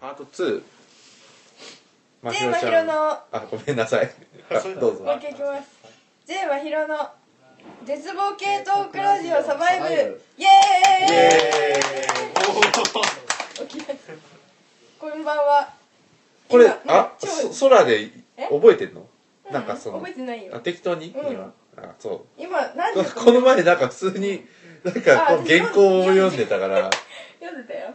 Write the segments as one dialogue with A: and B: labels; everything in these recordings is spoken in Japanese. A: ート2
B: ジ
A: ま
B: ェイマヒロの
A: あごめんなさいどうぞ
B: もう一回いきますジェイマヒロの絶望系トークラジオサバイブイエーイ起きましたこんばんは
A: これ
B: 今
A: あ
B: 超
A: そ空で
B: え
A: 覚えてんの
B: うん
A: なんかその
B: 覚えてない
A: あ
B: よ
A: 適当に、
B: うん
A: 今あそ
B: 今何
A: う
B: 時
A: この前なんか普通になんかこう
B: あ
A: 原稿を読んでたから
B: 読んでたよ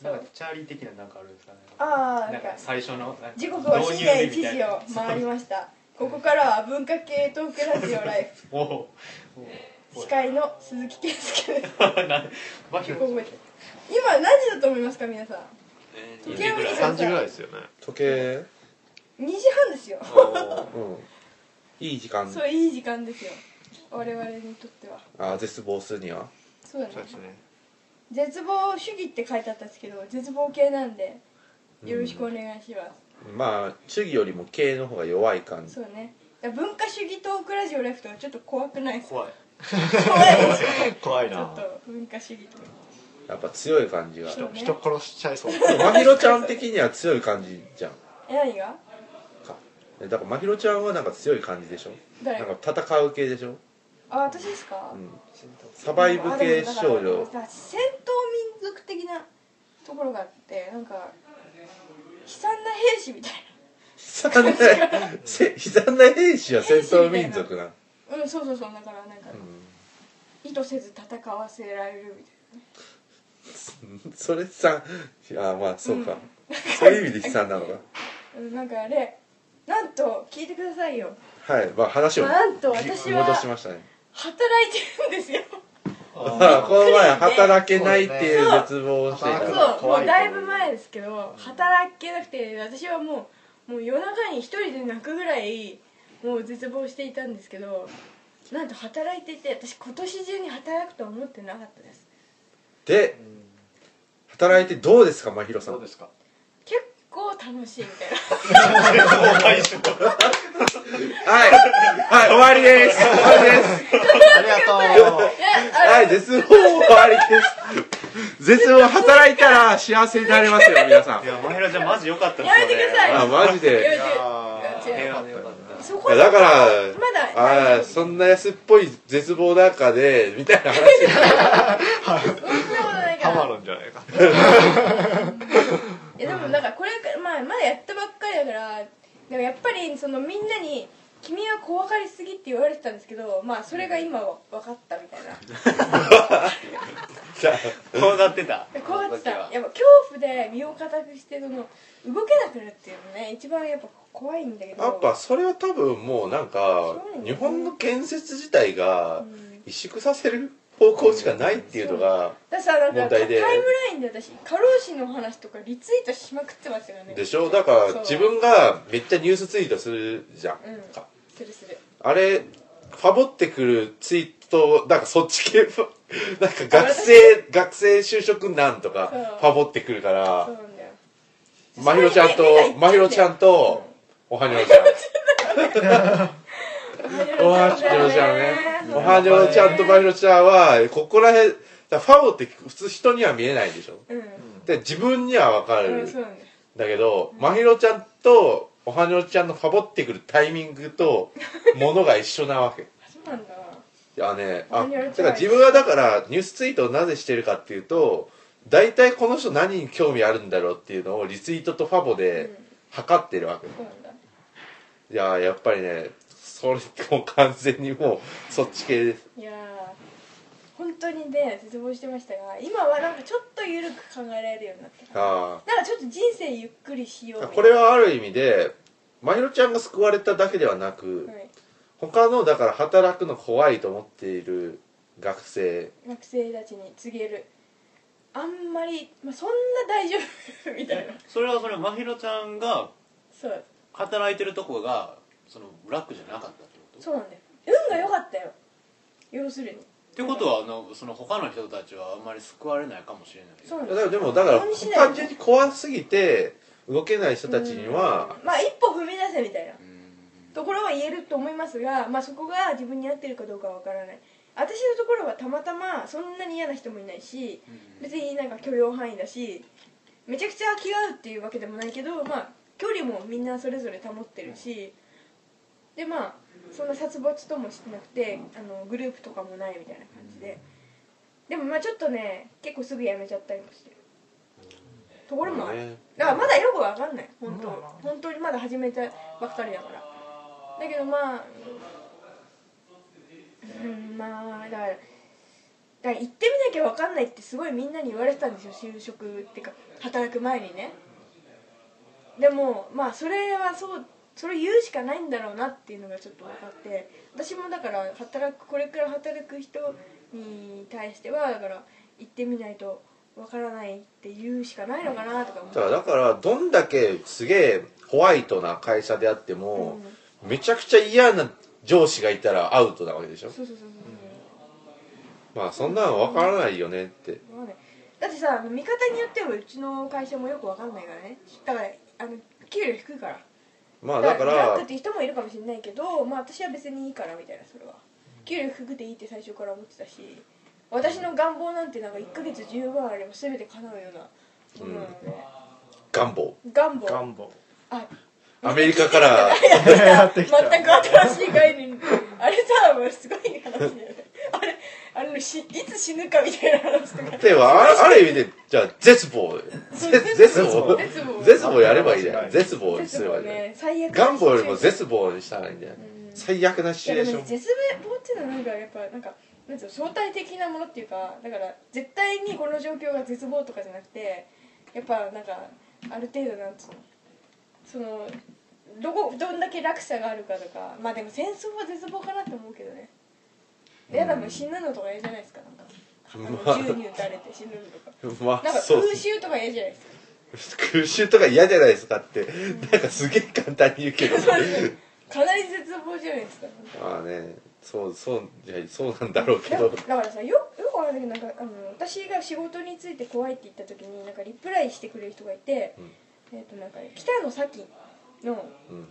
B: そ
C: な
B: う
C: んかチャーリー的ななんかあるんですかね。
B: ああな
C: なんんか
B: か
C: 最初のなんか
B: 時刻は深夜1
C: 導入日みたい
B: 時
C: な
B: を回り
C: そ
B: ましたここからは文化系トークラジオライ
C: うもうも
B: フ司会の鈴木健介です
C: う なバヒロ
B: ここまで今何時だと思いますか皆さん
D: えー
B: 時
D: 2
B: 計
D: 時
B: を見
D: ぐ
B: てく
D: ら
B: だ
D: い
B: さい
D: 3時ぐらいですよね
A: 時計
B: 2時半ですよ
A: うんいい時間
B: そういい時間ですよ我々にとっては
A: あ絶望するには
B: そうだね
D: そうですね
B: 絶望主義って書いてあったんですけど絶望系なんでよろしくお願いします、
A: まあ主義よりも経営の方が弱い感じ
B: そうねだから文化主義トークラジオライフとはちょっと怖くないですか
C: 怖い。
B: 怖いですよ
D: 怖い
B: ちょっ
D: な
B: と文化主義とか
A: やっぱ強い感じが
B: そうね
D: 人殺しちゃ いそう
A: でもまひろちゃん的には強い感じじゃん
B: え何が
A: かだからまひろちゃんはなんか強い感じでしょ
B: 誰
A: なんか戦う系でしょ、
B: あ私ですか、
A: うん、サバイブ系少
B: あでもだ
A: 女
B: からだから戦闘民族的なところがあってなんか悲惨な兵士みたい
A: 悲惨なせ悲惨な兵士は戦闘民族なの
B: なうんそうそうそうだからなんか、意図せず戦わせられるみたいな
A: うんそれさあまあそうか、
B: うん
A: そういう意味で悲惨なのか
B: うんなんかあれなんと聞いてくださいよ
A: はいまあ話を
B: まあなんと
A: ぎ
B: 私は
A: 戻しましたね
B: 働いてるんですよ
A: あこの前働けないっていう絶望をしてい
D: あ
A: た
D: そう
B: そうも
D: 怖
B: う
D: い
B: だいぶ前ですけど働けなくて私はもうもう夜中に一人で泣くぐらいもう絶望していたんですけどなんと働いていて私今年中に働くとは思ってなかったです
A: で働いてどうですかまひろさ
D: どうんですか
B: 結構楽しいみたい な
A: はいはい終わりです終わりです
D: ありがとう
A: はい、絶望終わりです。絶望働いたら幸せになれますよ、皆さん。
C: いやマヒロちゃんマジ良かったです
B: や
C: よね。
B: めてください
A: あ、マジ
B: いや
A: で。
B: いや違う違う
C: 平和で良かった。
B: そこ
A: だ
B: は
A: から、
B: まだ
A: あーそんな安っぽい絶望の中で、みたいな 話。
B: そんなことないか
D: ハ
B: ら
D: マるんじゃないか
B: いやでもなんかこれから、まあ、まだやったばっかりだからでもやっぱりそのみんなに「君は怖がりすぎ」って言われてたんですけどまあそれが今は分かったみたいな
A: じゃ
C: こうなってた。
B: 怖がってたやっ
C: この時
B: ぱ
C: は
B: 恐怖で身を固くしてその動けなくなるっていうのね一番やっぱ怖いんだけど
A: あ、やっぱそれは多分もうなんか、日本の建設自体
B: う
A: が
B: ん
A: 萎縮させる方向しかないっていうのが、
B: だからさなん
A: 問
B: かタ
A: 題
B: イム
A: で
B: ラインで私過労死の話とかリツイートしまくってますよね
A: でしょだから
B: そう
A: 自分がめっちゃニュースツイートするじゃん
B: うん
A: か。
B: するする
A: あれ、ファボってくるツイート、なんかそっち系 の、なんか学生、学生就職難とか
B: そう、
A: ファボってくるか
B: そう
A: ら、
B: なんだよ
A: まひろちゃん
B: それに目が行っ
A: と
B: ちゃ、うんだ
A: まひろちゃんと、おはにょ
B: よ
A: ちゃん。おはにょちゃんね。おはにょちゃんとまひろちゃんは、ここら辺、だからファボって普通人には見えないでしょ。
B: うん
A: で、自分にはわか
B: うん
A: る。
B: そうなんだよ
A: だけど、まひろちゃんと、おはにょちゃんのファボってくるタイミングと、ものが一緒なわけ。
B: そうなんだ
A: いやね、
B: マ
A: あ、
B: ニュアル違
A: だから自
B: い
A: 分はだからニュースツイートをなぜしてるかっていうと、大体この人何に興味あるんだろうっていうのをリツイートとファボで測ってるわけ。
B: そうなんだ
A: いやー、やっぱりね、それもう完全にもうそっち系です。
B: いやー本当にね絶望してましたが今はなんかちょっと緩く考えられるようになった
A: あ
B: なんかちょっと人生ゆっくりしよう
A: あ。
B: みたいな
A: これはある意味で、まひろちゃんが救われただけではなく、
B: はい、
A: 他のだから働くの怖いと思っている学生、
B: 学生たちに告げるあんまり、まあ、そんな大丈夫みたいな
C: それはそれマヒロちゃんが
B: そう
C: 働いてるとこがそのブラックじゃなかったってこと。
B: そうなんだよ運が良かったよ要するに
C: ってことはあのその他の人たちはあんまり救われないかもしれない。
B: そうなん
A: だ
B: だ
A: か
B: よ
A: らでもだから
B: 本気だよ
A: 単純に怖すぎて動けない人たちには、
B: うんまあ一歩踏み出せみたいな
C: うん
B: ところは言えると思いますが、まあ、そこが自分に合ってるかどうかはわからない私のところはたまたまそんなに嫌な人もいないし別になんか許容範囲だしめちゃくちゃ気が合うっていうわけでもないけどまあ距離もみんなそれぞれ保ってるしでまあそんな殺伐ともしてなくてあのグループとかもないみたいな感じででもまあちょっとね結構すぐ辞めちゃったりもしてるところもある、
A: ね
B: だからまだよくわかんない本当
D: まあまあ
B: 本当にまだ始めたばっかりだからだけどまあうんまあだからだから行ってみなきゃわかんないってすごいみんなに言われてたんですよ就職っていうか働く前にねでもまあそれはそうそれ言うしかないんだろうなっていうのがちょっと分かって私もだから働くこれから働く人に対してはだから行ってみないとわからないって言うしかないのかなとか思って
A: だからだからどんだけすげえホワイトな会社であっても、めちゃくちゃ嫌な上司がいたらアウトなわけでしょ
B: そうそうそうそう
A: まあそんなの分からないよねって
B: そう、わかんないだってさ見方によってはうちの会社もよくわかんないからねだからあの給料低いから
A: まあだから
B: ブラックっていう人もいるかもしれないけどまあ私は別にいいからみたいなそれは給料低くていいって最初から思ってたし私の願望なんてなんか1ヶ月10万あれば全て叶うようなものなので、
A: 願望
B: 願望
D: 願望
B: あ
A: アメリカから
D: やってきた
B: 全く新しい概念あれさもうすごい話だよねあれあのしいつ死ぬかみたいな話とか
A: ではあるある意味でじゃあ絶望
B: そう
A: ぜ絶望
B: 絶望
A: 絶望やればいいじゃない絶望にす
B: 絶
A: れば
B: 望
A: いいじゃない
B: ね最悪
A: 願望よりも絶望にしたらいいんじゃない
B: うん
A: 最悪なシチ
B: い
A: ュ
B: や
A: エ
B: で
A: ーシ
B: も
A: ョン
B: ね絶望っていうのはなんかやっぱなんかなんつうの相対的なものっていうかだから絶対にこの状況が絶望とかじゃなくてやっぱなんかある程度なんつうのそのどこどんだけ落差があるかとかまあでも戦争は絶望かなって思うけどねやだもう死ぬのとか嫌じゃないですかなんか
A: ま
B: あ
A: あ
B: の銃に撃たれて死ぬのとか
A: ま
B: な
A: あ
B: んか
A: そう
B: 空襲とか嫌じゃないですか
A: 空襲とか嫌じゃないですかってなんかすげえ簡単に言うけ ど
B: かなり絶望じゃないですか
A: まあねそうそういやそうなんだろうけど
B: だだからさよよくあるんだけどなんかあの私が仕事について怖いって言った時になんかリプライしてくれる人がいて、えっ、となんかね北野咲の
A: うん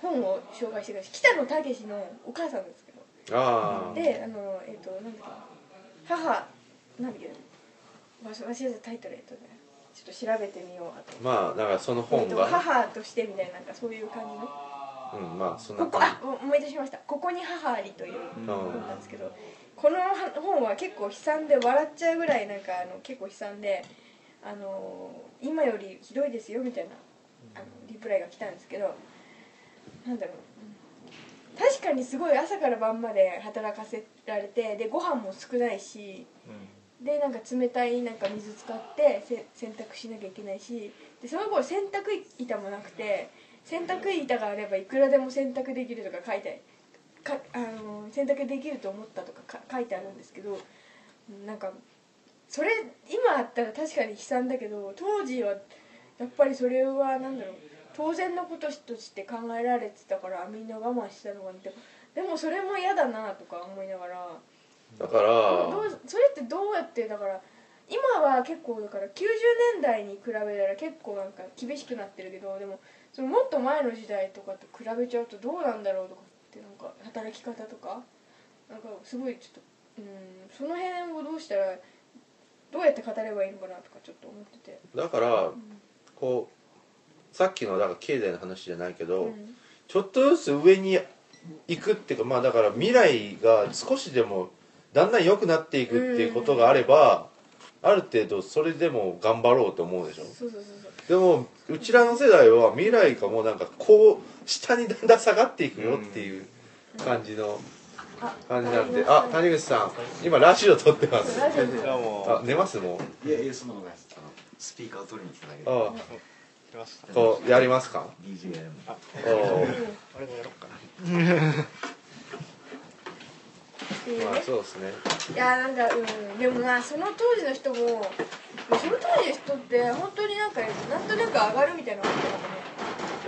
B: 本を紹介してくれた北野武のお母さんなんですけど
A: ああ
B: であのえっ、となんだっけ母なんだっけ忘れちゃったタイトルえっとねちょっと調べてみようあと。
A: まあだからその
B: えっ
A: 本
B: と、
A: が
B: 母としてみたいななんかそういう感じの
A: うんまあそんな
B: ここ
A: 感
B: あ思い出しました「ここに母あり」という
A: じ
B: 本なんですけどこの本は結構悲惨で笑っちゃうぐらいなんかあの結構悲惨で、あの今よりひどいですよみたいなあのリプライが来たんですけどなんだろううん確かにすごい朝から晩まで働かせられてでご飯も少ないしでなんか冷たいなんか水使ってせ洗濯しなきゃいけないしでその頃洗濯板もなくて洗濯板があればいくらでも洗濯できるとか書いてかあの洗濯できると思ったとかか書いてあるんですけどなんかそれ今あったら確かに悲惨だけど当時はやっぱりそれはなんだろう当然のこととして考えられてたからみんな我慢してたのかなってでもそれも嫌だなとか思いながら。
A: だか
B: ど
A: ら
B: うそれってどうやってだから今は結構だから90年代に比べたら結構なんか厳しくなってるけどでもそのもっと前の時代とかと比べちゃうとどうなんだろうとかってなんか働き方とかなんかすごいちょっとうんその辺をどうしたらどうやって語ればいいのかなとかちょっと思ってて。
A: だからこうさっきのだから経済の話じゃないけど、
B: うん
A: ちょっとずつ上に行くっていうかまあだから未来が少しでもだんだん良くなっていくっていうことがあれば、ある程度それでも頑張ろうと思うでしょ
B: そうそうそうそう
A: でもうちらの世代は未来がもうなんかこう下にだんだん下がっていくよっていう感じの
B: あ
A: 感じなんで、
B: わ
A: あ
B: かりま
A: 谷口さん今ラジオ撮ってま
B: し
A: す
B: たラジオで
D: どうも
A: あ寝ますもう
E: いやいやそんなことないですあのスピーカーを取りに来ただけで
A: あ
D: 来ました
A: あこうやりますか
E: DJ やるの
A: おお
D: あれもやろっかな
B: っていうね
A: まあそうですね
B: いやなんかうんでもまあその当時の人もその当時の人って本当になんかなんとなく上がるみたいなのあった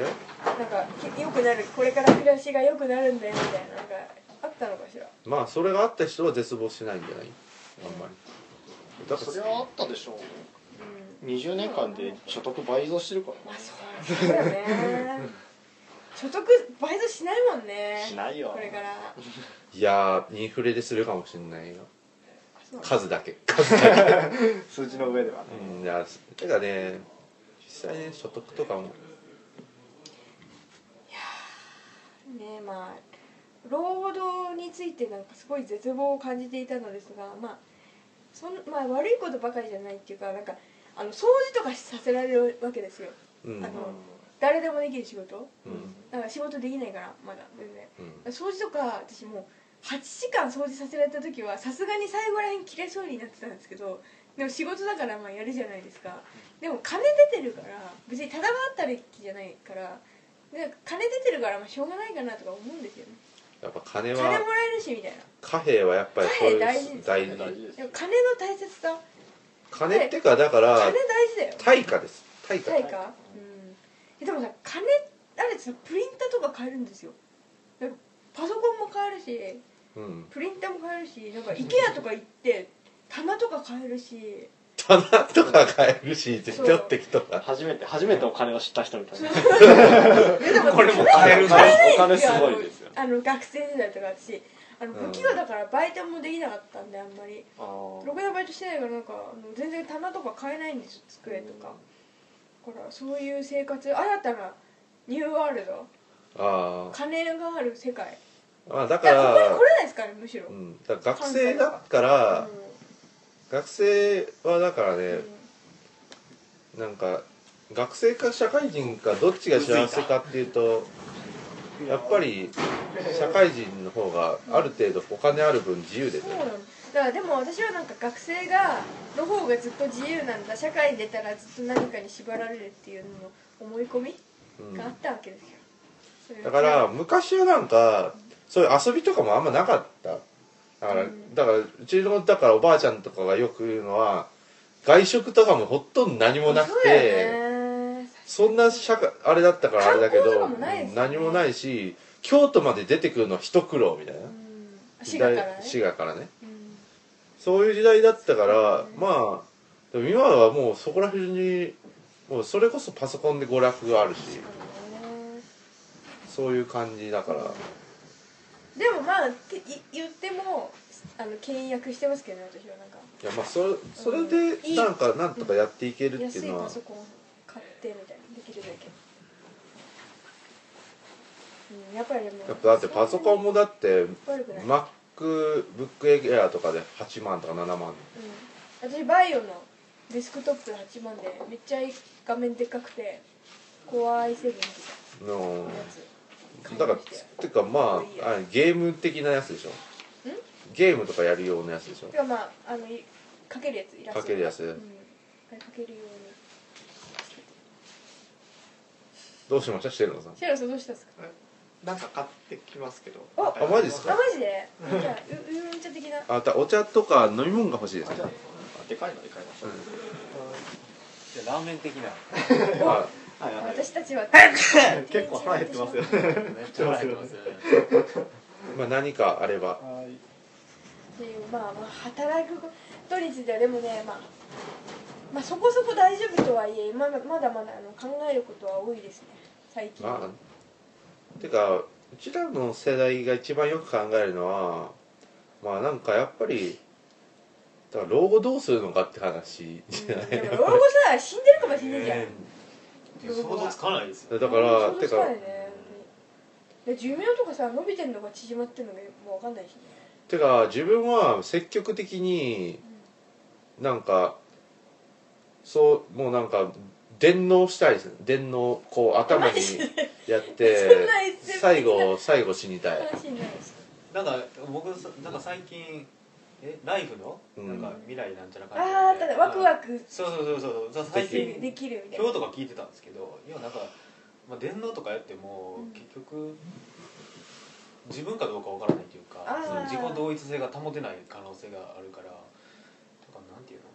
A: え
B: のかねなんか良くなるこれから暮らしが良くなるんだよみたいななんかあったのかしら
A: まあそれがあった人は絶望しないんじゃないあんまりだか
F: それ
A: ら
F: はあったでしょう20年間で所得倍増してるか
B: まあそうだよね 所得倍増しないもんね
F: らしないよ
B: これから
A: いやーインフレでするかもしれないよ
B: あ
A: 数だけ数
D: 数字の上ではね
A: うんいやてかね実際ね所得とかも
B: ねまあ労働についてなんかすごい絶望を感じていたのですがまあそん、まあ、悪いことばかりじゃないっていうかなんかあの掃除とかさせられるわけですよ、
A: うん
B: あの誰でもできる仕事
A: うん
B: だから仕事できないからまだ全然
A: うん
B: 掃除とか私もう8時間掃除させられた時はさすがに最後らへん切れそうになってたんですけどでも仕事だからまあやるじゃないですかでも金出てるから別にただばったりじゃないからで金出てるからまあしょうがないかなとか思うんですよね
A: やっぱ金
B: 金もら
A: は
B: えるしみたいな
A: 貨幣はやっぱりそういう
B: 貨幣大事ですよ
A: 大事
F: 大事です
B: でも金の大切さ
A: 金ってかだから
B: 金大事だよ
A: 対価です対価
B: 対価うんえでもさ金あれさプリンターとか買えるんですよなんかパソコンも買えるし
A: うん
B: プリンターも買えるしなんか IKEA とか行って棚とか買えるし
A: 棚とか買えるし絶
B: そ
A: 対
B: う
A: 的とか
F: 初めて初めてお金を知った人みたいな
B: えでも
A: これも買えるんだ
B: 買えないん
F: お金すごいですよ
B: あのあの学生時代とか私あの
A: うん
B: 不器用だからバイトもできなかったんであんまり
F: あー
B: ろくなバイトしてないからなんかあの全然棚とか買えないんですよ机とかだからそういう生活新たなニューワールド
A: あ
B: 金がある世界
A: あまあだ
B: い
A: か
B: やここに
A: ら
B: 来れないですからねむしろ、
A: うんだから学生だから学生はだから
B: うん
A: ねなんか学生か社会人かどっちが幸せかっていうとやっぱり社会人の方がある程度お金ある分自由で
B: そう
A: ね
B: なのだからでも私はなんか学生がの方がずっと自由なんだ社会に出たらずっと何かに縛られるっていうのの思い込み
A: うん
B: があったわけですよ、それ
A: だから昔はなんかそういう遊びとかもあんまなかっただから、
B: うん
A: だからうちのだからおばあちゃんとかがよく言うのは外食とかもほとんど何もなく
B: そう
A: て
B: だよね
A: そんな社会あれだったからあれだけど
B: 観光とかもないですよね
A: 何もないし京都まで出てくるのは一苦労みたいな
B: うん
A: 時
B: 滋
A: 代
B: 賀からね
A: 滋賀からね
B: うん
A: そういう時代だったから、
B: そうですね
A: まあでも今はもうそこら辺にもうそれこそパソコンで娯楽があるし
B: そうだよね
A: そういう感じだから
B: でもまあてい言ってもあの倹約してますけどね私はなんか
A: いやまあそれそれでなんかなんとかやっていけるってい
B: 安
A: う
B: い
A: の
B: パ
A: は
B: ソコン買ってみたいなできるだけ、うん、やっぱりでも
A: やっぱだってパソコンもだって
B: 悪くない、うん、
A: MacBook Air とかで8万とか7万
B: 私バイオのデスクトップ8万でめっちゃ画面でっかくて怖いセブンみた
A: の
B: いなやつ買い
A: だから
B: ましたよ
A: てかまああれゲーム的なやつでしょゲームとかやる用のやつでしょ
B: てかまああのいかけるやつイラスト
A: かけるやつ
B: うん、あれかけるように
A: どうしましたしてるのさん
B: シェラさんどうしたんですか
D: なんか買ってきますけど
B: あ
A: あマジです
B: あマ
A: か
B: ジでじゃあうウーロン茶的な
A: あだからお茶とか飲み物が欲しいですね
F: じゃあでかいのでかいの
C: じゃあラーメン的な
A: あ
D: はいはい
B: 私たちは
D: 結構腹減ってますよね
C: めっちゃ笑ってますよね
A: まあ何かあれば
D: は
B: っ
D: い
B: ていうまあまあ働くことについてはでもね、まあ、まあそこそこ大丈夫とはいえまだまだまだあの考えることは多いですね最近、
A: まあてかうちらの世代が一番よく考えるのはまあなんかやっぱりだから老後どうするのかって話
B: う
A: じ
B: ん
A: ゃない、
B: でも老後さ死んでるかもしれないじゃん、
C: いや想像つかないですよ
A: だから
B: そう
A: て
B: そ
A: か
B: うだよねで寿命とかさ伸びてんのか縮まってんのかもう分かんないしね
A: てか自分は積極的になんかそうもうなんか電脳したいですね電脳こう頭にやっ
B: そん
A: て
B: な一線
A: 最後最後死にたい
B: 話になるし
C: なんか僕さなんか最近えライフの、
A: うん
C: なんか未来なんちゃらかんちゃ
B: ああ
C: ら
B: た
C: で
B: だワクワク
C: そうそうそうそうさ最近
B: できるみたい
C: 今
B: な
C: 日とか聞いてたんですけど要はなんか、まあ、電脳とかやっても、
B: うん
C: 結局自分かどうかわからないというか
B: あー
C: その自己同一性が保てない可能性があるからだからなんていうの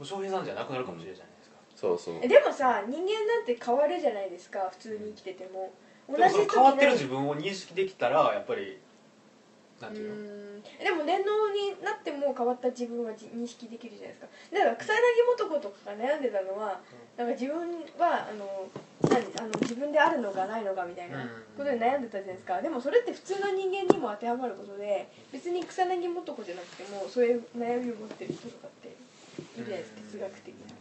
C: お翔平さんじゃなくなるかもしれないじゃないですか、
A: そうそう
B: えでもさ人間なんて変わるじゃないですか普通に生きてても同
C: でもその
B: 時
C: 変わってる自分を認識できたらやっぱりなんていうの、
B: うーんでも電脳になっても変わった自分はじ認識できるじゃないですかだから草薙素子とかが悩んでたのは、なんか自分はあの何あの自分であるのかないのかみたいな
C: うん
B: ことで悩んでたじゃないですかでもそれって普通の人間にも当てはまることで別に草薙もとこじゃなくてもそういう悩みを持ってる人とかっているじゃないですか哲学的な。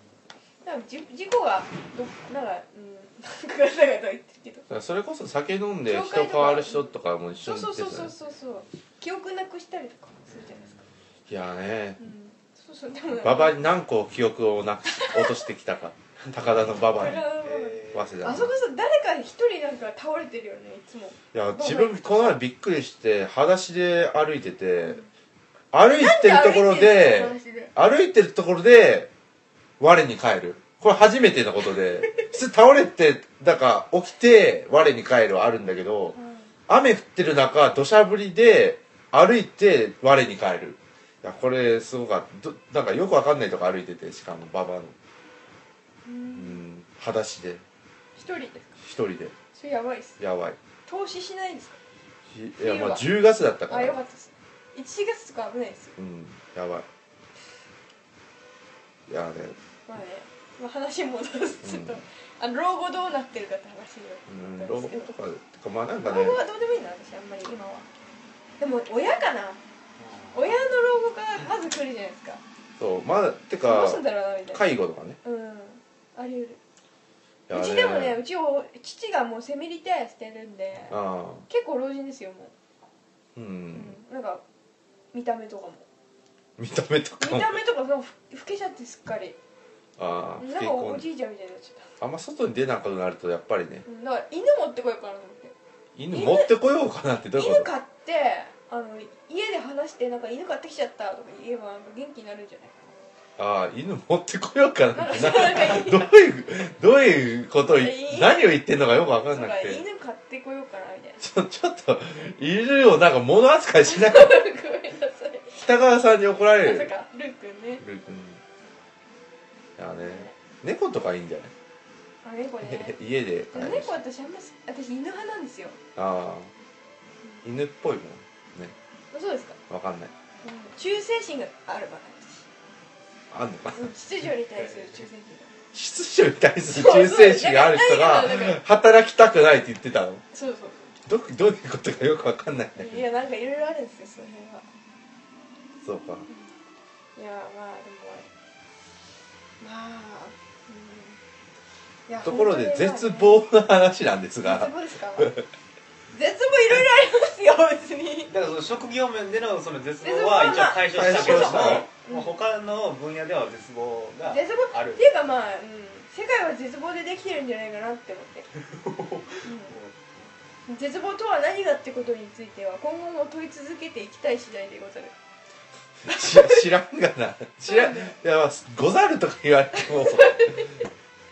B: だからじ事故がどなん かうんなんかガタガタ言ってるけど
A: らそれこそ酒飲んで人変わる人とかも一緒
B: そう
A: に
B: そう
A: 出て
B: そう
A: た
B: そう
A: ね
B: そうそう記憶なくしたりとかするじゃないですか。
A: いやね
B: うんそうそうでも
A: 馬場に何個記憶をなく落としてきたか高田の馬場に早稲田の
B: あそこさ誰か一人なんか倒れてるよねいつも
A: いや自分この前びっくりして裸足で歩いてて歩いてるところで
B: 歩いてる
A: 歩いてるところで我に返るこれ初めてのことで普通倒れてだから起きて我に返るはあるんだけど雨降ってる中土砂降りで歩いて我に返るいやこれすごかったどなんかよくわかんないとこ歩いててしかも馬場の
B: う
A: うんん裸足で
B: 一人ですか
A: 一人で
B: それやばいっす
A: やばい
B: 投資しないんですか
A: いやまあ10月だったか
B: あよからったっす1月とか危ないですよ
A: うんやばいいやね
B: まあね、まあ、話戻すとちょっと、
A: うん
B: あの老後どうなってるかって話を
A: うん老後とかてかまあなんか
B: 老
A: ね
B: 後はどうでもいいな私あんまり今はでも親かな親の老後がまず来るじゃないですか
A: そうまあて
B: どう
A: か
B: すんだろうなみたいな
A: 介護とかね
B: うんあり得
A: いや
B: るうちでもねうちお父がもうセミリタイアしてるんで
A: ああ
B: 結構老人ですよも
A: うん、
B: う、うん、なんか見た目とかも
A: 見た目とか
B: 見
A: も
B: た目とかそのふ老けちゃってすっかり
A: ああ不
B: なん
A: 健
B: かお
A: 康
B: じいちゃんみたいになっちゃっ
A: あんま外に出なくなるとやっぱりね
B: た、うん、だから犬持ってこようかなと思って
A: 犬持ってこようかなってどういうこ
B: 犬
A: と
B: 飼ってあの家で話してなんか犬飼ってきちゃったとか言えばなんか元気になるんじゃない
A: ああ犬持ってこようかな
B: かな
A: って
B: なんかそ
A: な
B: うなんかいい
A: どういうどういうことを言
B: いい
A: 何を言ってんのかよく分かんな
B: な
A: ん
B: か
A: くて
B: 犬飼ってこようかなみたいな
A: ちょちょっと犬をなんか物扱いしなかった
B: ごめんなさい
A: 北川さんに怒られ
B: ま
A: る
B: さかルーくんね
A: ルー君いやね猫とかいいんじゃない
B: あ猫ね
A: 家で飼えるし
B: 猫私あんまし私犬派なんですよ
A: ああ犬っぽいもんね
B: あそうですか、
A: わかんない
B: うん、忠誠心があるから
A: あんのか
B: うん秩序に対する忠誠心
A: 秩序に対する忠誠心がある人が
B: そうそうなんか
A: 働きたくないって言ってたの
B: そうそう
A: どどういうことかよくわかんないんだ
B: い
A: けど
B: やなんかいろいろあるんですよその辺は
A: そうか
B: いやまあでもまあ、うん、いや
A: ところで
B: 本当にまあね
A: 絶望の話なんですが
B: 絶望ですか絶望いろいろありますよ別に
C: だからその職業面でのその絶
B: 絶
C: 望
B: 望
C: は
B: は
C: 一応解消したけ
A: 解消
C: ど
A: し
C: も
A: たね、
C: まあ、他の分野では絶望が
B: 絶望
C: ある
B: っていうかまあ、うん、世界は絶望でできてるんじゃないかなって思って、うん絶望とは何がってことについては今後も問い続けていきたい次第でござる
A: 知 知らんがな知らんいやまあござるとか言われて も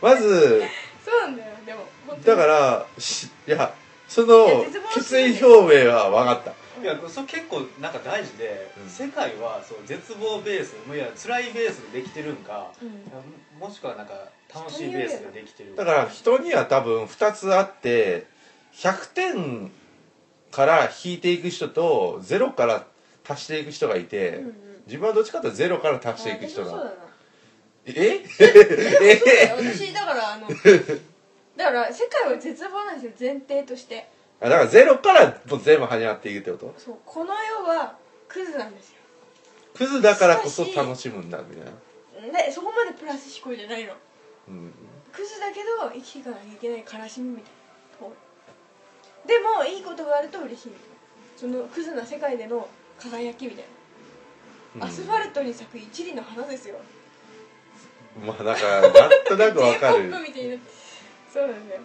A: まず
B: そうなんだよでも本
A: だ
B: 当に
A: からしいやそ
B: いや
A: の
B: 絶望して
A: 決
B: るね
A: 意表明は分かっ
C: いやそれ結構なんか大事で、
A: うん
C: 世界はそう絶望ベースいや辛いベースでできてるんか、
B: うん
C: いやもしくはなんか楽しいベースでできてる
A: ただから人には多分2つあって100点から引いていく人と0から足していく人がいて、
B: うんうん
A: 自分はどっちかというと0から足していく
B: 私
A: 人な
B: もそう
A: の
B: だな
A: え
B: そうだよ私だからあ のだから世界は絶望なんですよ前提として
A: あだから0からもう全部始まっていくってこと
B: そうこの世はクズなんですよ
A: クズだからこそ楽しむんだみたいな、
B: でそこまでプラス思考じゃないの
A: うん、
B: クズだけど生きていかなきゃいけない悲しみみたいなこうでもいいことがあると嬉しいみたいなそのクズな世界での輝きみたいな、アスファルトに咲く一輪の花ですよ
A: まあなんかなんとなくわか
B: j
A: る
B: p o p みたいになってそうなんで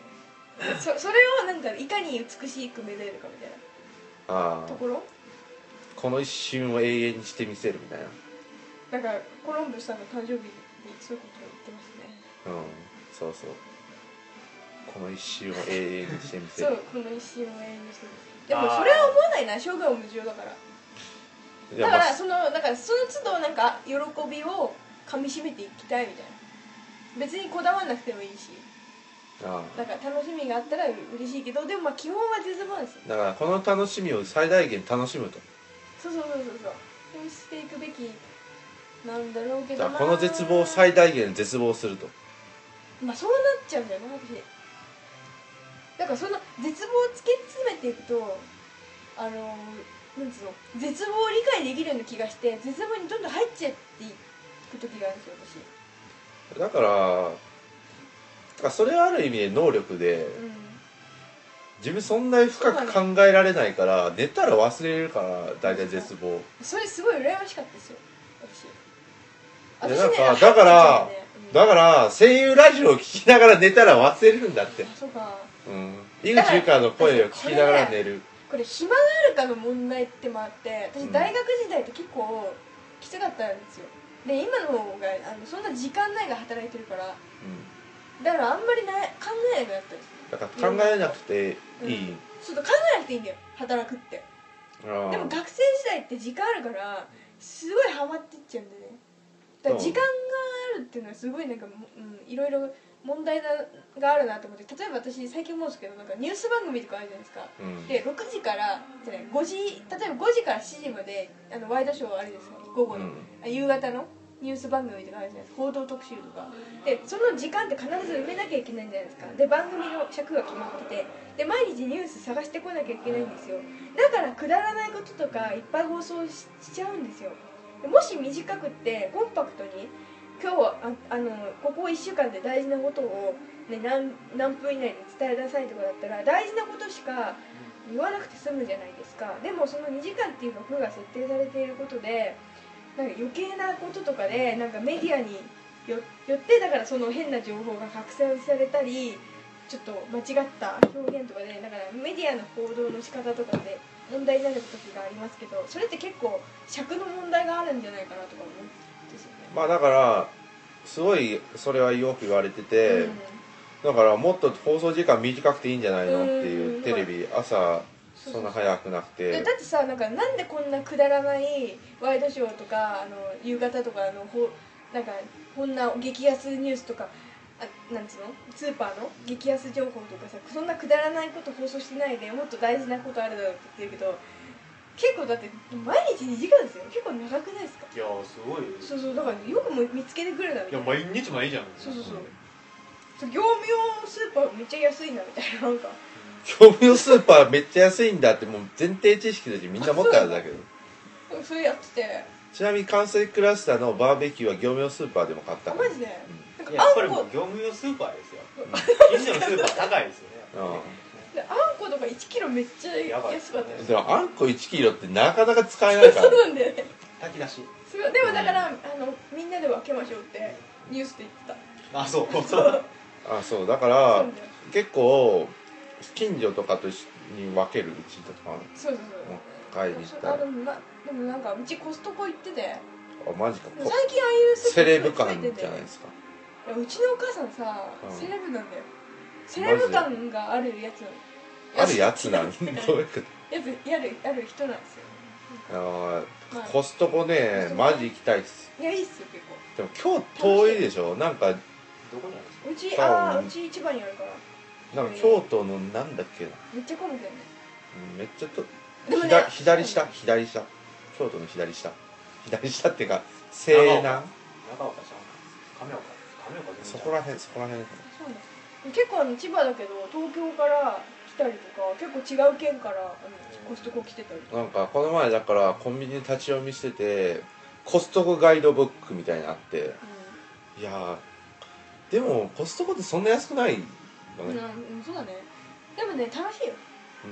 B: すよそそれをなんかいかに美しくめでるかみたいな
A: ああ
B: ところ
A: この一瞬を永遠にしてみせるみたいな
B: なんかコロンブスさんの誕生日にそういうことを言ってますね
A: うんそうそうこの一瞬を永遠にしてみせ
B: そ
A: る
B: うこの一瞬を永遠にしてでもそれは思わないな生涯を無常だから
A: いや
B: だ
A: ま
B: か
A: あ
B: らそのなんかその都度なんか喜びをかみしめていきたいみたいな別にこだわんなくてもいいし
A: ああ
B: なんか楽しみがあったら嬉しいけどでもまあ基本は絶望ですよ
A: だからこの楽しみを最大限楽しむと
B: そうそうそうそうそうそうしていくべきなんだろうけ
A: だ
B: ど
A: からこ
B: な
A: の絶望を最大限絶望すると
B: まあそうなっちゃうんだよな私だからその絶望を突き詰めていくとあのなんつうの絶望を理解できるような気がして絶望にどんどん入っちゃっていく時があるんですよ
A: だからだからそれはある意味で能力で
B: 私、うん、
A: 自分そんなに深く考えられないから寝たら忘れるから大体絶望
B: それすごい羨ましかったですよ私
A: いやなんかだからだ
B: か
A: から声優ラジオを聞きながら寝たら忘れるんだって、
B: そうか
A: うん、井口由香の声を聞きながら寝る
B: これ暇があるかの問題ってもあって
A: う
B: 私
A: ん
B: 大学時代って結構きつかったんですよで今の方があのそんな時間ないが働いてるから
A: う
B: だからあんまりな考えなくなったんです
A: んだから考えなくていい、
B: ちょっと考えなくていいんだよ働くって
A: ああ
B: でも学生時代って時間あるからすごいハマってっちゃうんだよねだから時間があるっていうのはすごいなんかも、うん、いろいろ問題だがあるなと思って例えば私最近思うんですけどなんかニュース番組とかあるじゃないですか
A: うん
B: で6時からじゃない5時例えば5時から7時まであのワイドショーあれですか午後の、
A: うん
B: あ夕方のニュース番組とかあるじゃないですか報道特集とかでその時間って必ず埋めなきゃいけないじゃないですかで番組の尺が決まっててで毎日ニュース探してこなきゃいけないんですよだからくだらないこととかいっぱい放送ししちゃうんですよでもし短くってコンパクトに今日はああのここ1週間で大事なことを、ね、何何分以内に伝えなさいとかだったら大事なことしか言わなくて済むじゃないですかでもその2時間っていう枠が設定されていることでなんか余計なこととかでなんかメディアによよってだからその変な情報が拡散されたりちょっと間違った表現とかでだからメディアの報道の仕方とかで問題になる時がありますけどそれって結構尺の問題があるんじゃないかなとか思うんですよね。
A: まあだからすごいそれはよく言われてて、
B: うん
A: だからもっと放送時間短くていいんじゃないのっていううんテレビ朝
B: そうそ
A: そ
B: う
A: んな早くなく
B: だ
A: て
B: だってさなんかなんでこんなくだらないワイドショーとかあの夕方とかあのほなんかこんな激安ニュースとかあなんつうのスーパーの激安情報とかさそんなくだらないこと放送してないでもっと大事なことあるだろうって言ってるけど結構だって毎日2時間ですよ結構長くないですか
C: いやーすごいよ
B: そうそうだからよくも見つけてくるなみた
C: い
B: い
C: や
B: な
C: 毎日毎日やん
B: そうそうそうそう業務用スーパーめっちゃ安いなみたいななんか
A: 業務用スーパーめっちゃ安いんだってもう前提知識としてみんな持ってあるんだけど
B: それやってて
A: ちなみに関西クラスターのバーベキューは業務用スーパーでも買った
B: あ
A: から
B: マジでなん
C: やっぱ
B: かあ
C: り
B: ん
C: もう
B: こ
C: 業務用スーパーですよ近所のスーパー高いですよね
A: う
B: であんことか1キロめっちゃ
C: やばい
B: 安かったよ
A: んでもあんこ1キロってなかなか使えないか
B: そ
A: ら
B: うなんだよね
C: 炊き出し
B: すごいでもだからあのみんなで分けましょうってニュースで言って
C: あそうそう
A: あそうだか
B: たそう
A: ら
B: なんだよ
A: 結構近所とかと一緒に分けるうちとか
B: そうそう
A: も買いに行
B: そ
A: っ
B: う
A: た
B: あ
A: ら
B: でもなでもなんかうちコストコ行ってて
A: あマジか
B: 最
A: こ
B: 近ああいうスーパ
A: セ
B: ー
A: レブ感
B: 増えてて
A: じゃないですか
B: いやうちのお母さんさ
A: うん
B: セレブなんだよセレブ感があるやつなの
A: あるやつ なんどういうこと
B: やつやるある人なんですよ
A: あ
B: ま
A: ー
B: あ
A: コストコね
B: コストコ
A: マジ行きたいっす
B: いやいいっすよ結構
A: でも京都遠いでしょなんか
C: どこにあるんです
B: うち
A: そう
B: ああうち一番にあるから
A: なんか京都のなんだっけな
B: めっちゃ混むけどね
A: うんめっちゃと
B: でもね
A: 左左下左下京都の左下左下っていうか西
C: 長
A: 南
C: 岡中岡ちゃん亀岡亀岡全然
A: そこら辺そこら辺
B: そうなんです結構あの千葉だけど東京から来たりとか結構違う県からあのコストコ来てたりとか
A: なんかこの前だからコンビニで立ち読みしててコストコガイドブックみたいなのあっていやーでもコストコってそんな安くないよね
B: うん、うん、うんそうだねでもね楽しいよ、
A: う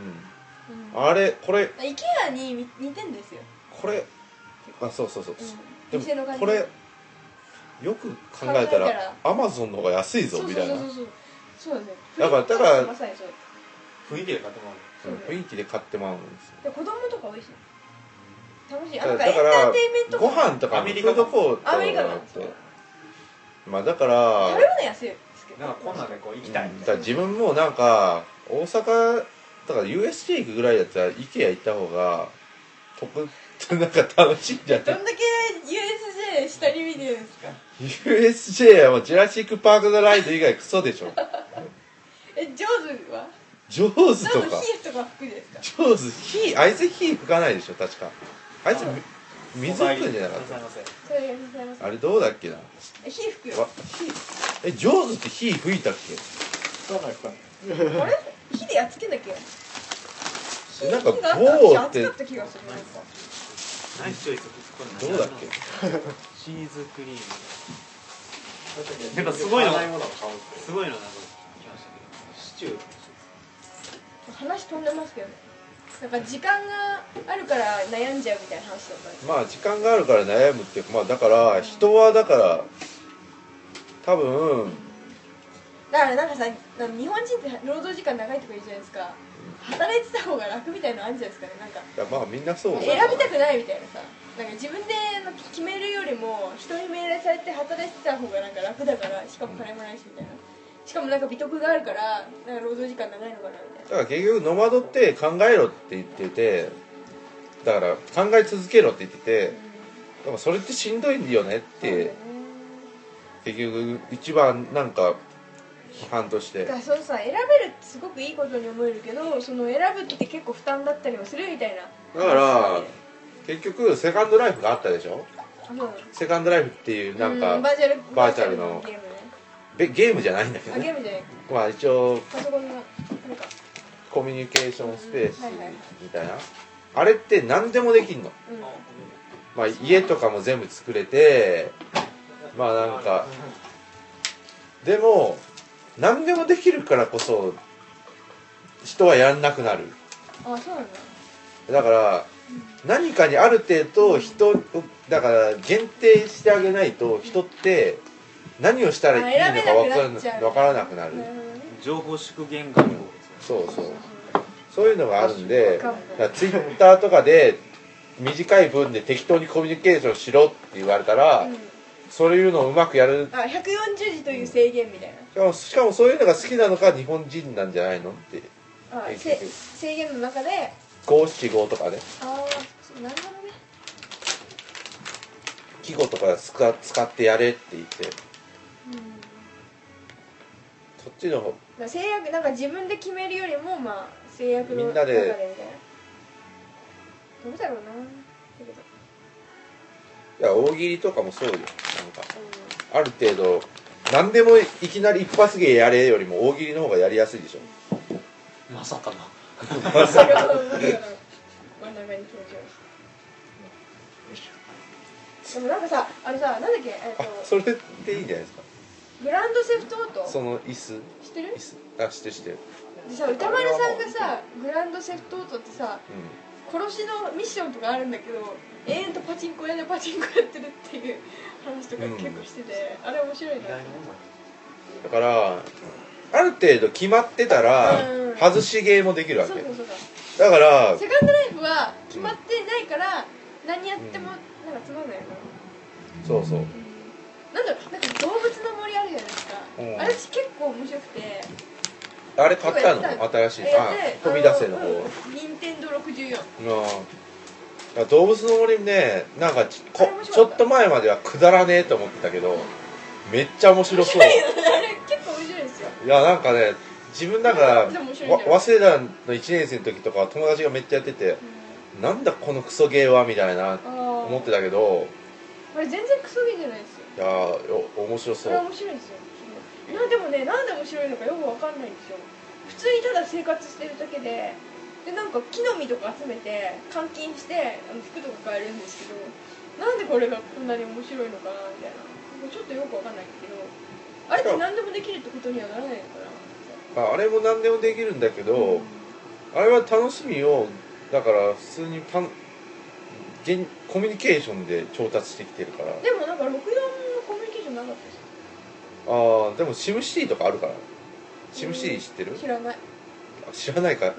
A: ん
B: うん、
A: あれこれ
B: イケアに似似てんですよ、
A: これあそうそうそう、
B: うん、店
A: で
B: の
A: も
B: 感じ
A: これよく考えた
B: 考えた
A: ら
B: ら
A: アマゾンの方が安いぞ
B: そうそう
A: みた
B: そう
A: いな
B: そうそうそうだね
A: だからだから
B: まさにそう
C: 雰囲気で買ってもらう
B: そうだ
A: うん雰
B: よ
A: 囲気で買ってもらうんですよ
B: で子供とか多いし楽しい
A: だ
B: あ
A: か
B: なん
A: ら
B: かエンターテインメント
A: ご
B: 感
A: 飯とか
C: ア
A: フ
C: メリカ
A: ー
C: か
A: ドコート
B: アメリカ
A: だ
B: だ
A: って
B: そう
A: まあだか
B: 食べ
A: ら
B: 物安いです けど
C: のなんかこんなんでこう行きたいみ
A: だか
C: たい
A: ら自分もなんか大阪だから USJ 行くぐらいだったら IKEA 行った方が得ってなんか楽しいんじゃ
B: ど
A: ない
B: んだけ USJ 下に見てるんですか
A: USJ はもうジュラシック・パーク・のライド以外クソでしょ
B: えジョーズは
A: ジョーズ
B: 多
A: と
B: 分
A: か
B: ヒーとか服ですか
A: ジョーズ火あいつ火吹かないでしょ確かあいつ
B: はい
A: み水吹くんじゃなかっ
C: いません
B: それがございます
A: たあれどうだっけな
B: え火吹くよ
A: わえジョーズって火吹いたっけ
D: そうなんか
B: あれ火でやっつけなきゃ火
A: なんか
B: 火があったし
A: 棒って
B: 熱かった気がするなんか
E: ナイスチョイス
A: どうだっけ
C: チーズクリーム やっぱすごいのすごいのなんか来ましたけどシチュー
B: 話飛んでますけどねなんか時間があるから悩んじゃうみたいな話だったんです
A: まあ時間があるから悩むっていうかまあだから人はだから多分
B: だからなんかさなんか日本人って労働時間長いとか言うじゃないですか働いてた方が楽みたいのあるんじゃないですかねなんか
A: いやまあみんなそうだ
B: 選びたくないみたいなさなんか自分で決めるよりも人に命令されて働いてた方がなんか楽だからしかも金もないしみたいなしかもなんか美徳があるからなんか労働時間長いのかなみたい
A: だから結局ノマドって考えろって言っててだから考え続けろって言っててでもそれってしんどいんだよねっ
B: な、
A: て結局一番なんか批判として
B: だからそのさ選べるってすごくいいことに思えるけどその選ぶって結構負担だったりもするみたいな
A: だから結局セカンドライフがあったでしょ
B: うん
A: セカンドライフっていうなん
B: う
A: か
B: バーチャル
A: バーチャルの
B: ゲームね
A: べゲームじゃないんだけど
B: あゲ
A: ね
B: ームじゃない
A: まあ一応
B: パソコンのなんか
A: コミュニケーションスペース
B: うんはいはい
A: みたいなあれって何でもできんの、
B: うん
A: まあ、家とかも全部作れてまあなんかでも何でもできるからこそ人はやんなくなる
B: あそうなんだ
A: だから何かにある程度人をだから限定してあげないと人って何をしたらいいのか分か
B: あ選べなくなっちゃ
A: ら
B: う
A: 分からなくなる
B: なるほどね
C: 情報縮減学校
A: そうそうそういうのがあるんで
B: かも
A: ツイッターとかで短い文で適当にコミュニケーションしろって言われたら、
B: うん
A: そういうのをうまくやる
B: あ140字という制限みたい
A: しかもしかもそういうのが好きなのが日本人なんじゃないのって
B: なあ
A: うん
B: せ制限の中で
A: 五七五とかね
B: ああなるほどね
A: 季語とか使使ってやれって言って
B: うん
A: そっちの方
B: まあ制約なんか自分で決めるよりもまあ制約の
A: みん
B: 中
A: な
B: で
A: で
B: みたいなどうだろうなだけど
A: いや大喜利とかもそうよなんかある程度何でもいきなり一発芸やれよりも大喜利の方がやりやすいでしょ
C: まさかな
B: うんそれを真ん中に決めちゃいましたでもなんかさあのさなんだっけえっ
A: あ
B: と
A: それっていいんじゃないですか
B: グランドセフトオート
A: その椅子
B: 知ってる
A: 椅子あしてして
B: でさ歌丸さんがさグランドセフトオートってさ
A: うん
B: 殺しのミッションとかあるんだけど延々とパチンコ屋でパチンコやってるっていう話とか結構してて、あれ面白いな
A: だからある程度決まってたら
B: うん
A: 外し芸もできるわ
B: そう
A: け
B: そうそうそ
A: だ
B: う
A: から
B: セカンドライフは決まってないから何やってもなんかつまんないよな、
A: そうそう
B: なんだろうなんか動物の森あるじゃないですか、
A: うん
B: あれ私結構面白くて
A: あれ買った
B: 結構や
A: の
B: って
A: 新しい
B: え
A: あ
B: で
A: 飛び出せの
B: あ
A: 方
B: うん任天堂64
A: うんいや動物の森ねなんかちこ
B: あれ面
A: ち
B: 白か
A: ょ
B: った
A: っと前まではくだらねえと思ってたけどめっちゃ面白そうい
B: あれ結構面白いですよ
A: やなんかね自分なんかわ
B: でも面白いんだよ
A: 早稲田の1年生の時とか友達がめっちゃやっててなんだこのクソゲーはみたいな
B: あ
A: 思って
B: ー
A: たけど
B: あれ全然クソゲーじゃないですよ
A: いやよ面白
B: そ
A: そう
B: れは面白いですよなでもねなんで面白いのかよくわかんないんですよ普通にただ生活してるだけででなんか木の実とか集めて換金してあの服とか買えるんですけどなんでこれがこんなに面白いのかなみたいなちょっとよくわかんないけどあれって何でもできるってことにはならないのかな
A: まあ、あれも何でもできるんだけど、あれは楽しみをだから普通にたん現コミュニケーションで調達してきてるからあ
B: でもなんか64のコミュニケーションなかったですよ
A: あでもシムシティとかあるからシムシティ知ってる
B: 知らない、
A: あ知らないか
B: うん、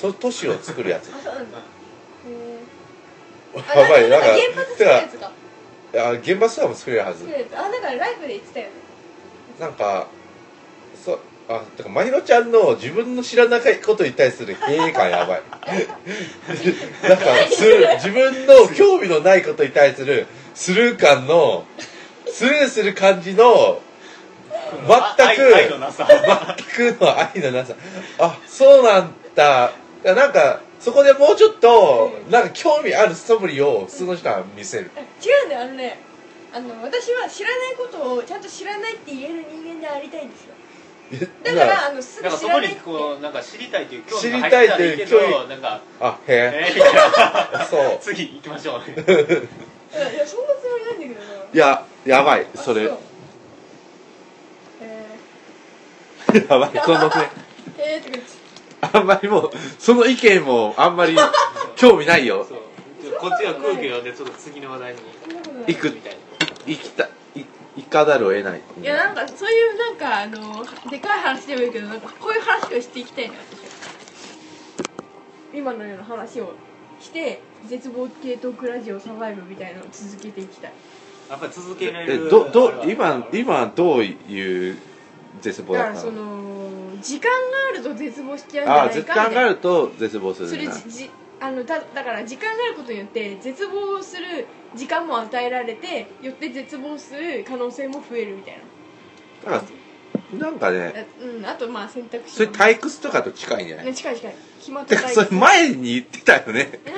A: と都市を作るやつ
B: あそうなんだへえあ
A: やばいな
B: な
A: んん
B: か
A: か
B: 原発作るや
A: て
B: つか
A: かあ現場スターも作れるはず
B: 作るやつあなんかライブで言ってたよね
A: なんかそあだからまひろちゃんの自分の知らないことに対する経営感やばいなんかする自分の興味のないことに対するスルー感のスルーする感じの全く
C: 愛のなさ
A: 全くの愛のなさあそうなんだいやなんかそこでもうちょっとなんか興味ある素振りを普通の人は見せる
B: あ違うんだよあのねあの私は知らないことをちゃんと知らないって言える人間でありたいんですよだからあのす
C: な
B: ぐ
C: んか
B: 知
C: そ
B: ら
C: こ
B: ないっ
C: に
B: て
C: こうなんか知りたいという興
A: 知
C: 味
A: り
C: が入ったて
A: いとい
C: たらいいけ
A: う興味
C: どなんか
A: あへ
C: えーみたいな
A: えそう
C: 次行きましょう
B: いやそんなつもりないんだけどない
A: ややばいそれ
B: あうえ
A: やばいこのね
B: ー、えー、とか言って
A: あんまりもうその意見もあんまり興味ないよ
C: そうこっちが空気を読んでちょっと次の話題に
B: そんなことない
A: 行く
C: みたいな
A: 行きたい行かざるを得ない
B: いやなんかそういうなんかあのでかい話でもいいけどなんかこういう話をしていきたいな私は今のような話をして絶望系トークラジオサバイブみたいなのを続けていきたい
C: やっぱり続けられ
A: え
C: る
A: どど今今どういう絶望
B: だか
A: だっ
B: ら
A: た
B: そ
A: の
B: の時間があると絶望しちゃうんじゃ
A: ああ
B: ない
A: 時
B: か
A: 間が
B: みた
A: あ
B: いな
A: ると絶望す
B: そ
A: る
B: れ
A: な
B: じじあのただから時間があることによって絶望する時間も与えられてよって絶望する可能性も増えるみたい
A: だからなんか
B: な
A: ね
B: あうんあとまあ選択肢
A: それ
B: も
A: 退屈とかと近いんじゃない
B: ね近い近い暇と
A: てか
B: 退
A: それ
B: 屈
A: 前に言ってたよね
B: え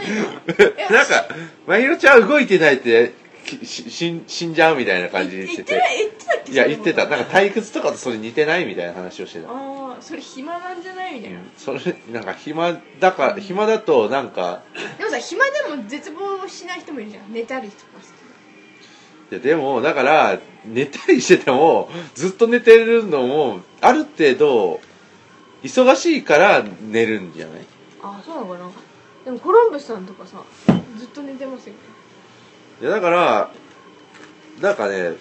B: 何え
A: なんかまひろちゃんは動いてないってきし死ん死んじゃうみたいな感じにして
B: 言ってな
A: て
B: い言ってたっけ
A: いや言ってた
B: あ
A: なんか退屈とかとそれ似てないみたいな話をしてた
B: あーそれ暇なんじゃないみたいな、
A: それなんか暇だから暇だとなんか
B: でもさ暇でも絶望しない人もいるじゃん寝たりとかして
A: いやでもだから寝たりしててもずっと寝てるのもある程度忙しいから寝るんじゃない
B: ああそうなのかなでもコロンブスさんとかさずっと寝てますよね
A: いやだからなんかね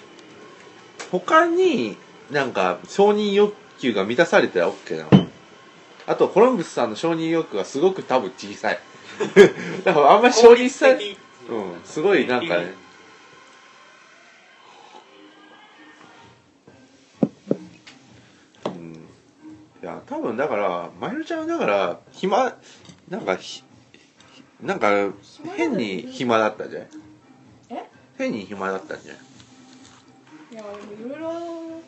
A: 他になんか承認欲求が満たされては OK なのあとコロンブスさんの承認欲求がすごく多分小さいだからあんまり承認されうんすごいなんかねうんいや多分だからまゆるちゃんはだから暇なんかひひなんか変に暇だったんじゃない
B: え
A: 変に暇だったんじゃない
B: いやでもいろいろ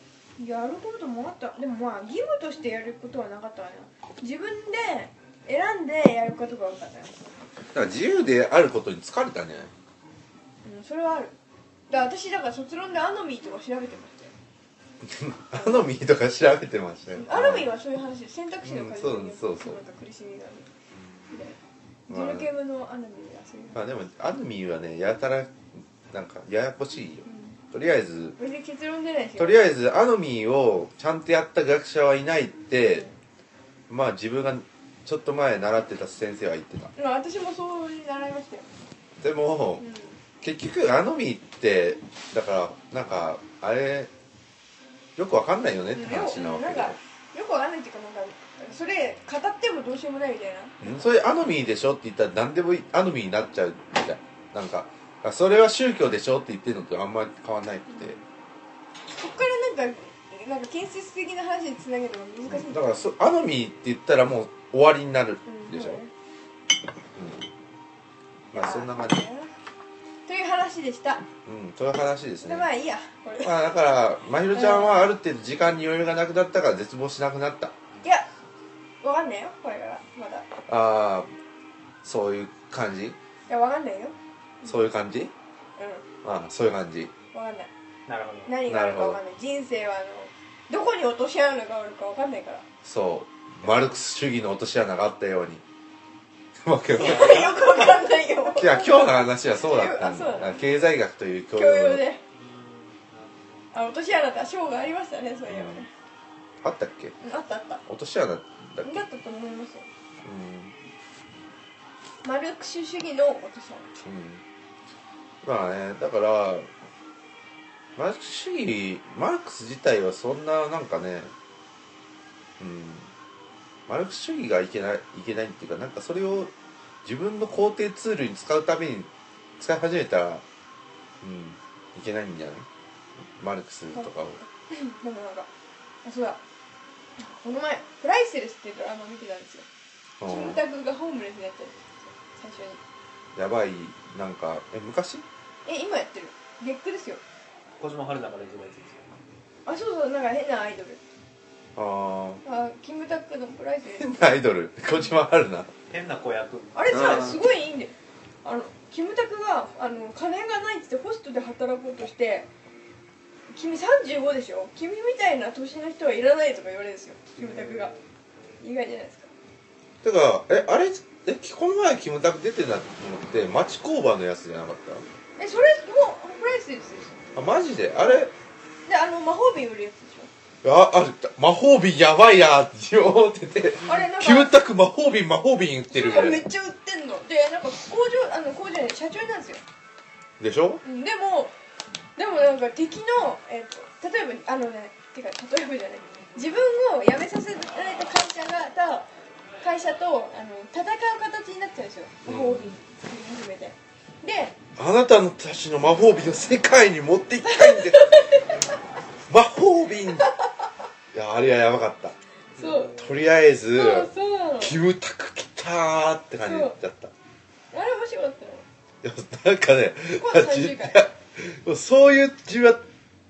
B: やることもあったでもまあ義務としてやることはなかったわね自分で選んでやることが多かったね
A: だから自由であることに疲れたんじゃない
B: うんそれはあるだから私だから卒論でアノミーとか調べてましたよ
A: アノミーとか調べてましたよ
B: アラミーはそういう話選択肢の数
A: うんそうそうそう
B: なんか苦しみがあるみたい
A: まあ
B: な。ジョルケムのアラミーがそういう
A: まあでもアノミーはねやたらなんかややこしいよ
B: う
A: とりあえず
B: ん。別に結論出ないですよ。
A: とりあえずアノミーをちゃんとやった学者はいないってまあ自分がちょっと前習ってた先生は言ってた
B: うん私もそう習いましたよ。
A: でも
B: うん。
A: 結局アノミーってだからなんかあれよくわかんないよねって話なわけ
B: うん
A: で
B: なんかよくわかんないっていうかなんかそれ語ってもどうしようもないみたいな。
A: んそれアノミーでしょって言ったら何でもいいアノミーになっちゃうみたいななんかあそれは宗教でしょって言ってるのとあんまり変わんないって
B: そっからなんかなんか建設的な話につなげるのが難しい。
A: だからそアノミーって言ったらもう終わりになる
B: うん
A: でしょ、
B: そうね
A: うん、まあそんな感じ
B: という話でした。
A: うんそういう話ですね
B: まあいいや。これ。
A: まあだからまひろちゃんはある程度時間に余裕がなくなったから絶望しなくなった
B: いや、わかんないよ。これからまだ。い
A: ああそういう感じ
B: やわかんないよ。
A: そういう感じ
B: う
A: ああそういう感じ
B: ん。わかんない。
C: なるほ
B: 何があるかわかんない人生はあのどこに落とし穴があるかわかんないから
A: そうマルクス主義の落とし穴があったようにわけわかんない
B: よくわかんないよ
A: いや今日の話はそうだったん
B: あそう
A: だ
B: だ
A: 経済学という教
B: 教
A: 養
B: 養
A: の
B: であ落とし穴だ賞がありましたねそういえばね
A: あったっけ
B: あったあった
A: 落とし穴だっけ
B: だったと思いますよ
A: う
B: マルクス主義の落とし
A: んうんまあねだからマルクス主義マルクス自体はそんななんかねうんマルクス主義がいけないいけないっていうかなんかそれを自分の肯定ツールに使うために使い始めたらうんいけないんじゃないマルクスとかを
B: 穴でもなんかあそうだこの前「プライセレス」っていうドラマ見てたんですよキムタクがホームレスになっちゃった最初に
A: やばいなんかえ昔
B: え今やってるゲックですよ
C: 小島春菜から言ってたやつですよ
B: あそうそうなんか変なアイドル
A: あ
B: あキムタクのプライセレス
A: あアイドル小島あるな
C: 変な子役
B: あれ
D: う
B: さ
D: ん
B: すごいいいんだよあのキムタクがあの金がないっつってホストで働こうとして君35でしょ君みたいな年の人はいらないとか言われるんですよキムタクが意外じゃないですか
A: てかえあれえこの前キムタク出てなと思って町工場のやつじゃなかっ
B: えそれもうプライスですでし
A: た
B: ょ
A: あマジであれ
B: であの魔法瓶売るやつでし
A: あある魔法瓶やばいやって思ってて
B: ょあれなんか
A: キムタク魔法瓶魔法瓶売ってるみ
B: そ
A: た
B: れがめ
A: い
B: っ
A: な
B: ちゃ売ってんのでなんか工場あの工場に社長なんですよ
A: でしょ
B: うんでもでもなんか敵の、えっと例えばあのねてか例えばじゃない自分を辞めさせられた会社がた会社とあの戦う形になっちゃうんですよ
A: うん
B: 魔法瓶含めてで
A: あなたのたちの魔法瓶を世界に持っていきたい んです魔法瓶いやあれはやばかった
B: そう
A: とりあえず
B: そうそうなの
A: キムタク来たーって感じだったい
B: あれ面白かった
A: やな
B: の
A: んかね
B: 今度最終回
A: いやそういう自分は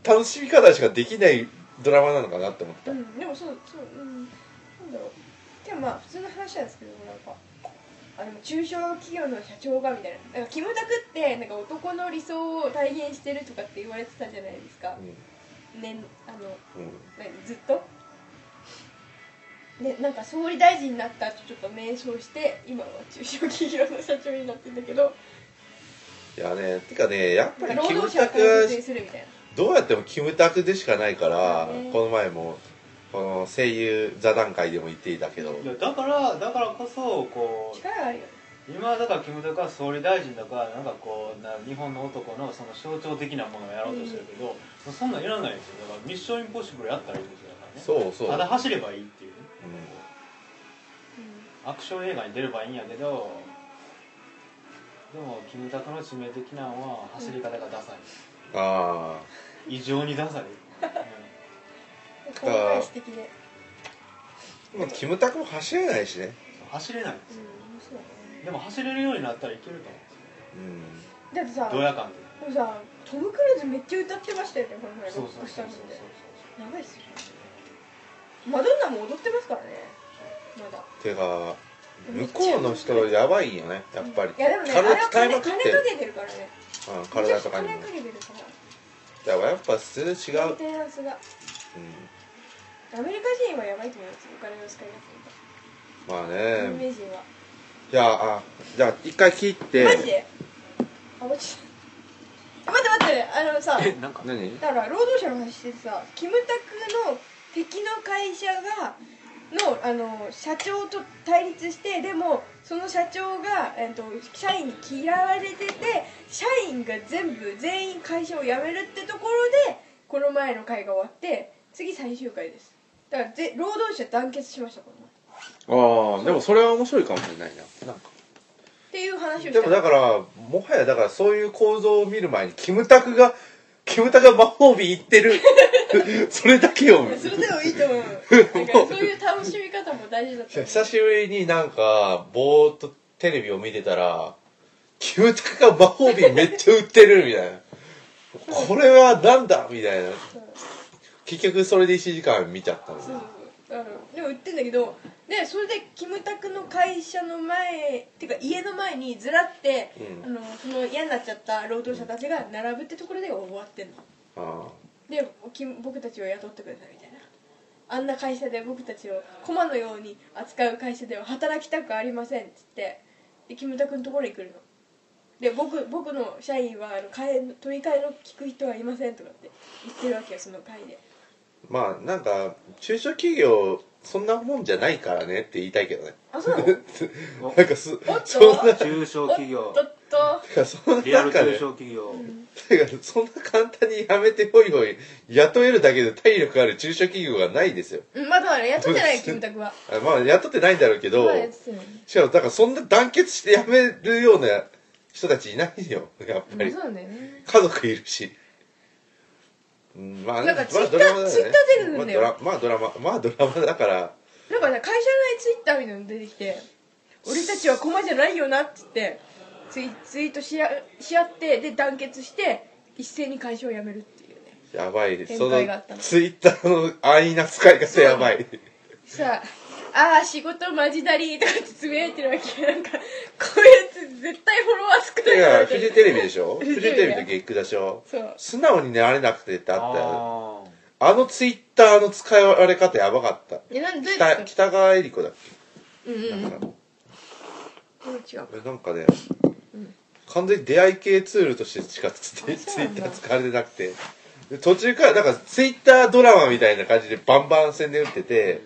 A: 楽しみ方しかできないドラマなのかなって思った、
B: うん、でもそうそううんなんだろうでもまあ普通の話なんですけどなんかあでも中小企業の社長がみたいななんかキムタクってなんか男の理想を体現してるとかって言われてたじゃないですか、
A: う
B: ねあの
A: んうん
B: 何ずっとでなんか総理大臣になった後ちょっと迷走して今は中小企業の社長になってんだけど
A: いやねてかねやっぱ
B: なん
A: り
B: か
A: キ
B: 労
A: ム
B: 働者を
A: タク
B: 大
A: は
B: 切にするみたいな
A: どうやってもキムタクでしかないから、
B: そうね
A: この前もこの声優座談会でも言っていたけど、
C: いやだからだからこそこ
B: 力があるよね
C: う今だからキムタクは総理大臣だからなんかこうな日本の男のその象徴的なものをやろうとしてるけど、もうそんなんいらないですよだからミッションインポッシブルやったらいいんですよだからね
A: そうそう、
C: ただ走ればいいっていうね
A: う
C: アクション映画に出ればいいんやけどでもキムタクの致命的なのは走り方がダサ い、
A: ん、ああ
C: 異常にダサい、
B: うん公開してきで
A: まあキムタクも走れないしね
C: うん走れないんで
B: うん
C: す
B: 面白い
C: よ
B: ね
C: でも走れるようになったらいけると思うんですよ
A: うん
B: だってさ
C: ドヤ感で
B: でもさトム・クルーズめっちゃ歌ってましたよねこの前ロ
C: そう
B: ッ
C: そう
B: ク
C: そう
B: し
C: そ
B: た
C: う
B: のでやばい
C: そう
B: っすよマドンナも踊ってますからねまだ
A: てか向こうの人やばいよねやっぱり、
B: いやでもねあれ
A: 体
B: は
A: 使い
B: 金
A: まくっ
B: 金
A: て
B: か
A: る、
B: けてるからね
A: うん、体とかに
B: め
A: も
B: ちゃくちゃ金かけてるから
A: だからやっぱ普通違
B: メン
A: う、
B: テナンスが
A: うん、
B: アメリカ人はやばいと思いますよお金の使い方
A: まあ
B: とか有
A: ね
B: 名人は
A: じゃああじゃあ一回切って
B: マジであ落ちた待って待ってあのさ
C: なんか
A: 何
B: だから労働者の話しててさキムタクの敵の会社がのあの社長と対立してでもその社長が、えっと社員に嫌われてて社員が全部全員会社を辞めるってところでこの前の回が終わって次最終回ですだからぜ労働者団結しましたこの前
A: あ
B: っ
A: あでもそれは面白いかもしれないななんか
B: ていう話をした
A: でもだからもはやだからそういう構造を見る前にキムタクがキムタクが魔法瓶行って るそれだけを
B: それでもいいと思うなんかそういう楽しみ方も大事だと思 う
A: 久しぶりになんかぼーっとテレビを見てたらキムタクが魔法瓶めっちゃ売ってるみたい なこれはなんだみたいな
B: うん
A: 結局それで1時間見ちゃったん
B: そ
A: だ
B: うそうそうあのでも売ってんだけどでそれでキムタクの会社の前っていうか家の前にずらって、
A: うん
B: あのその嫌になっちゃった労働者たちが並ぶってところで終わってんの
A: あ
B: でき僕たちを雇ってくださいみたいなあんな会社で僕たちを駒のように扱う会社では働きたくありませんっつってでキムタクのところに来るので僕僕の社員はあの替え取り替えの聞く人はいませんとかって言ってるわけよその会で
A: ーまあなんか中小企業そんなもんじゃないからねって言いたいけどね
B: あそうなの
A: なんかす
B: おっと
A: そんな
E: 中小企業
B: おっと
A: てかそんな
E: リア
A: 中
E: ル中
A: で
E: 小企業
A: てかそんな簡単にやめてほいほい雇えるだけで体力ある中小企業がないですよ
B: うんまだまだ雇ってないよキムタクは
A: あまあ雇ってないんだろうけど、
B: まだ雇ってない
A: しかもだからそんな団結してやめるような人たちいないよやっぱり
B: そうなんだよね
A: 家族いるしうんまあ
B: なん
A: ま
B: か
A: あ
B: Twitter-
A: ドラマだよ
B: Twitter 出てくるんだよ
A: まあドラまあドラマまあドラマだから
B: なんかね会社内ツイッターみたいなの出てきて俺たちは駒じゃないよなっつってツイツイートしあし合ってで団結して一斉に会社を辞めるっていうね
A: やばい
B: 展
A: その
B: 開があったの
A: ツイッターの安易な使い方やばい
B: さあああ仕事マジだりとかってつぶやいてるわけなんかこういうやつ絶対フォロワー少ない
A: い
B: だろ
A: や
B: うけ
A: フ
B: ど
A: ジテレビでしょフ
B: フジ
A: ジ
B: テレビ
A: テレビの月9でしょ
B: そう
A: 素直になれなくてってあったよ
C: あー
A: あのツイッターの使われ方やばかった
B: えなんどうやっ
A: 北
B: て
A: 北川恵理子だっ
B: うんうん
A: け
B: うん
A: な
B: うんん違
A: か
B: う
A: 俺なんかね、完全に出会い系ツールとしてしかツイ
B: あそうなん
A: ッ
B: だ
A: ター使われてなくてで途中からなんかツイッタードラマみたいな感じでバンバン宣伝打ってて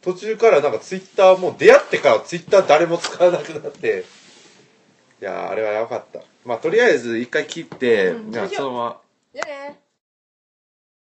A: 途中からなんかツイッターもう出会ってからツイッター誰も使わなくなっていやーあれはやばかったまあとりあえず一回切って、
B: うん
A: じゃあそのまま
B: じゃあね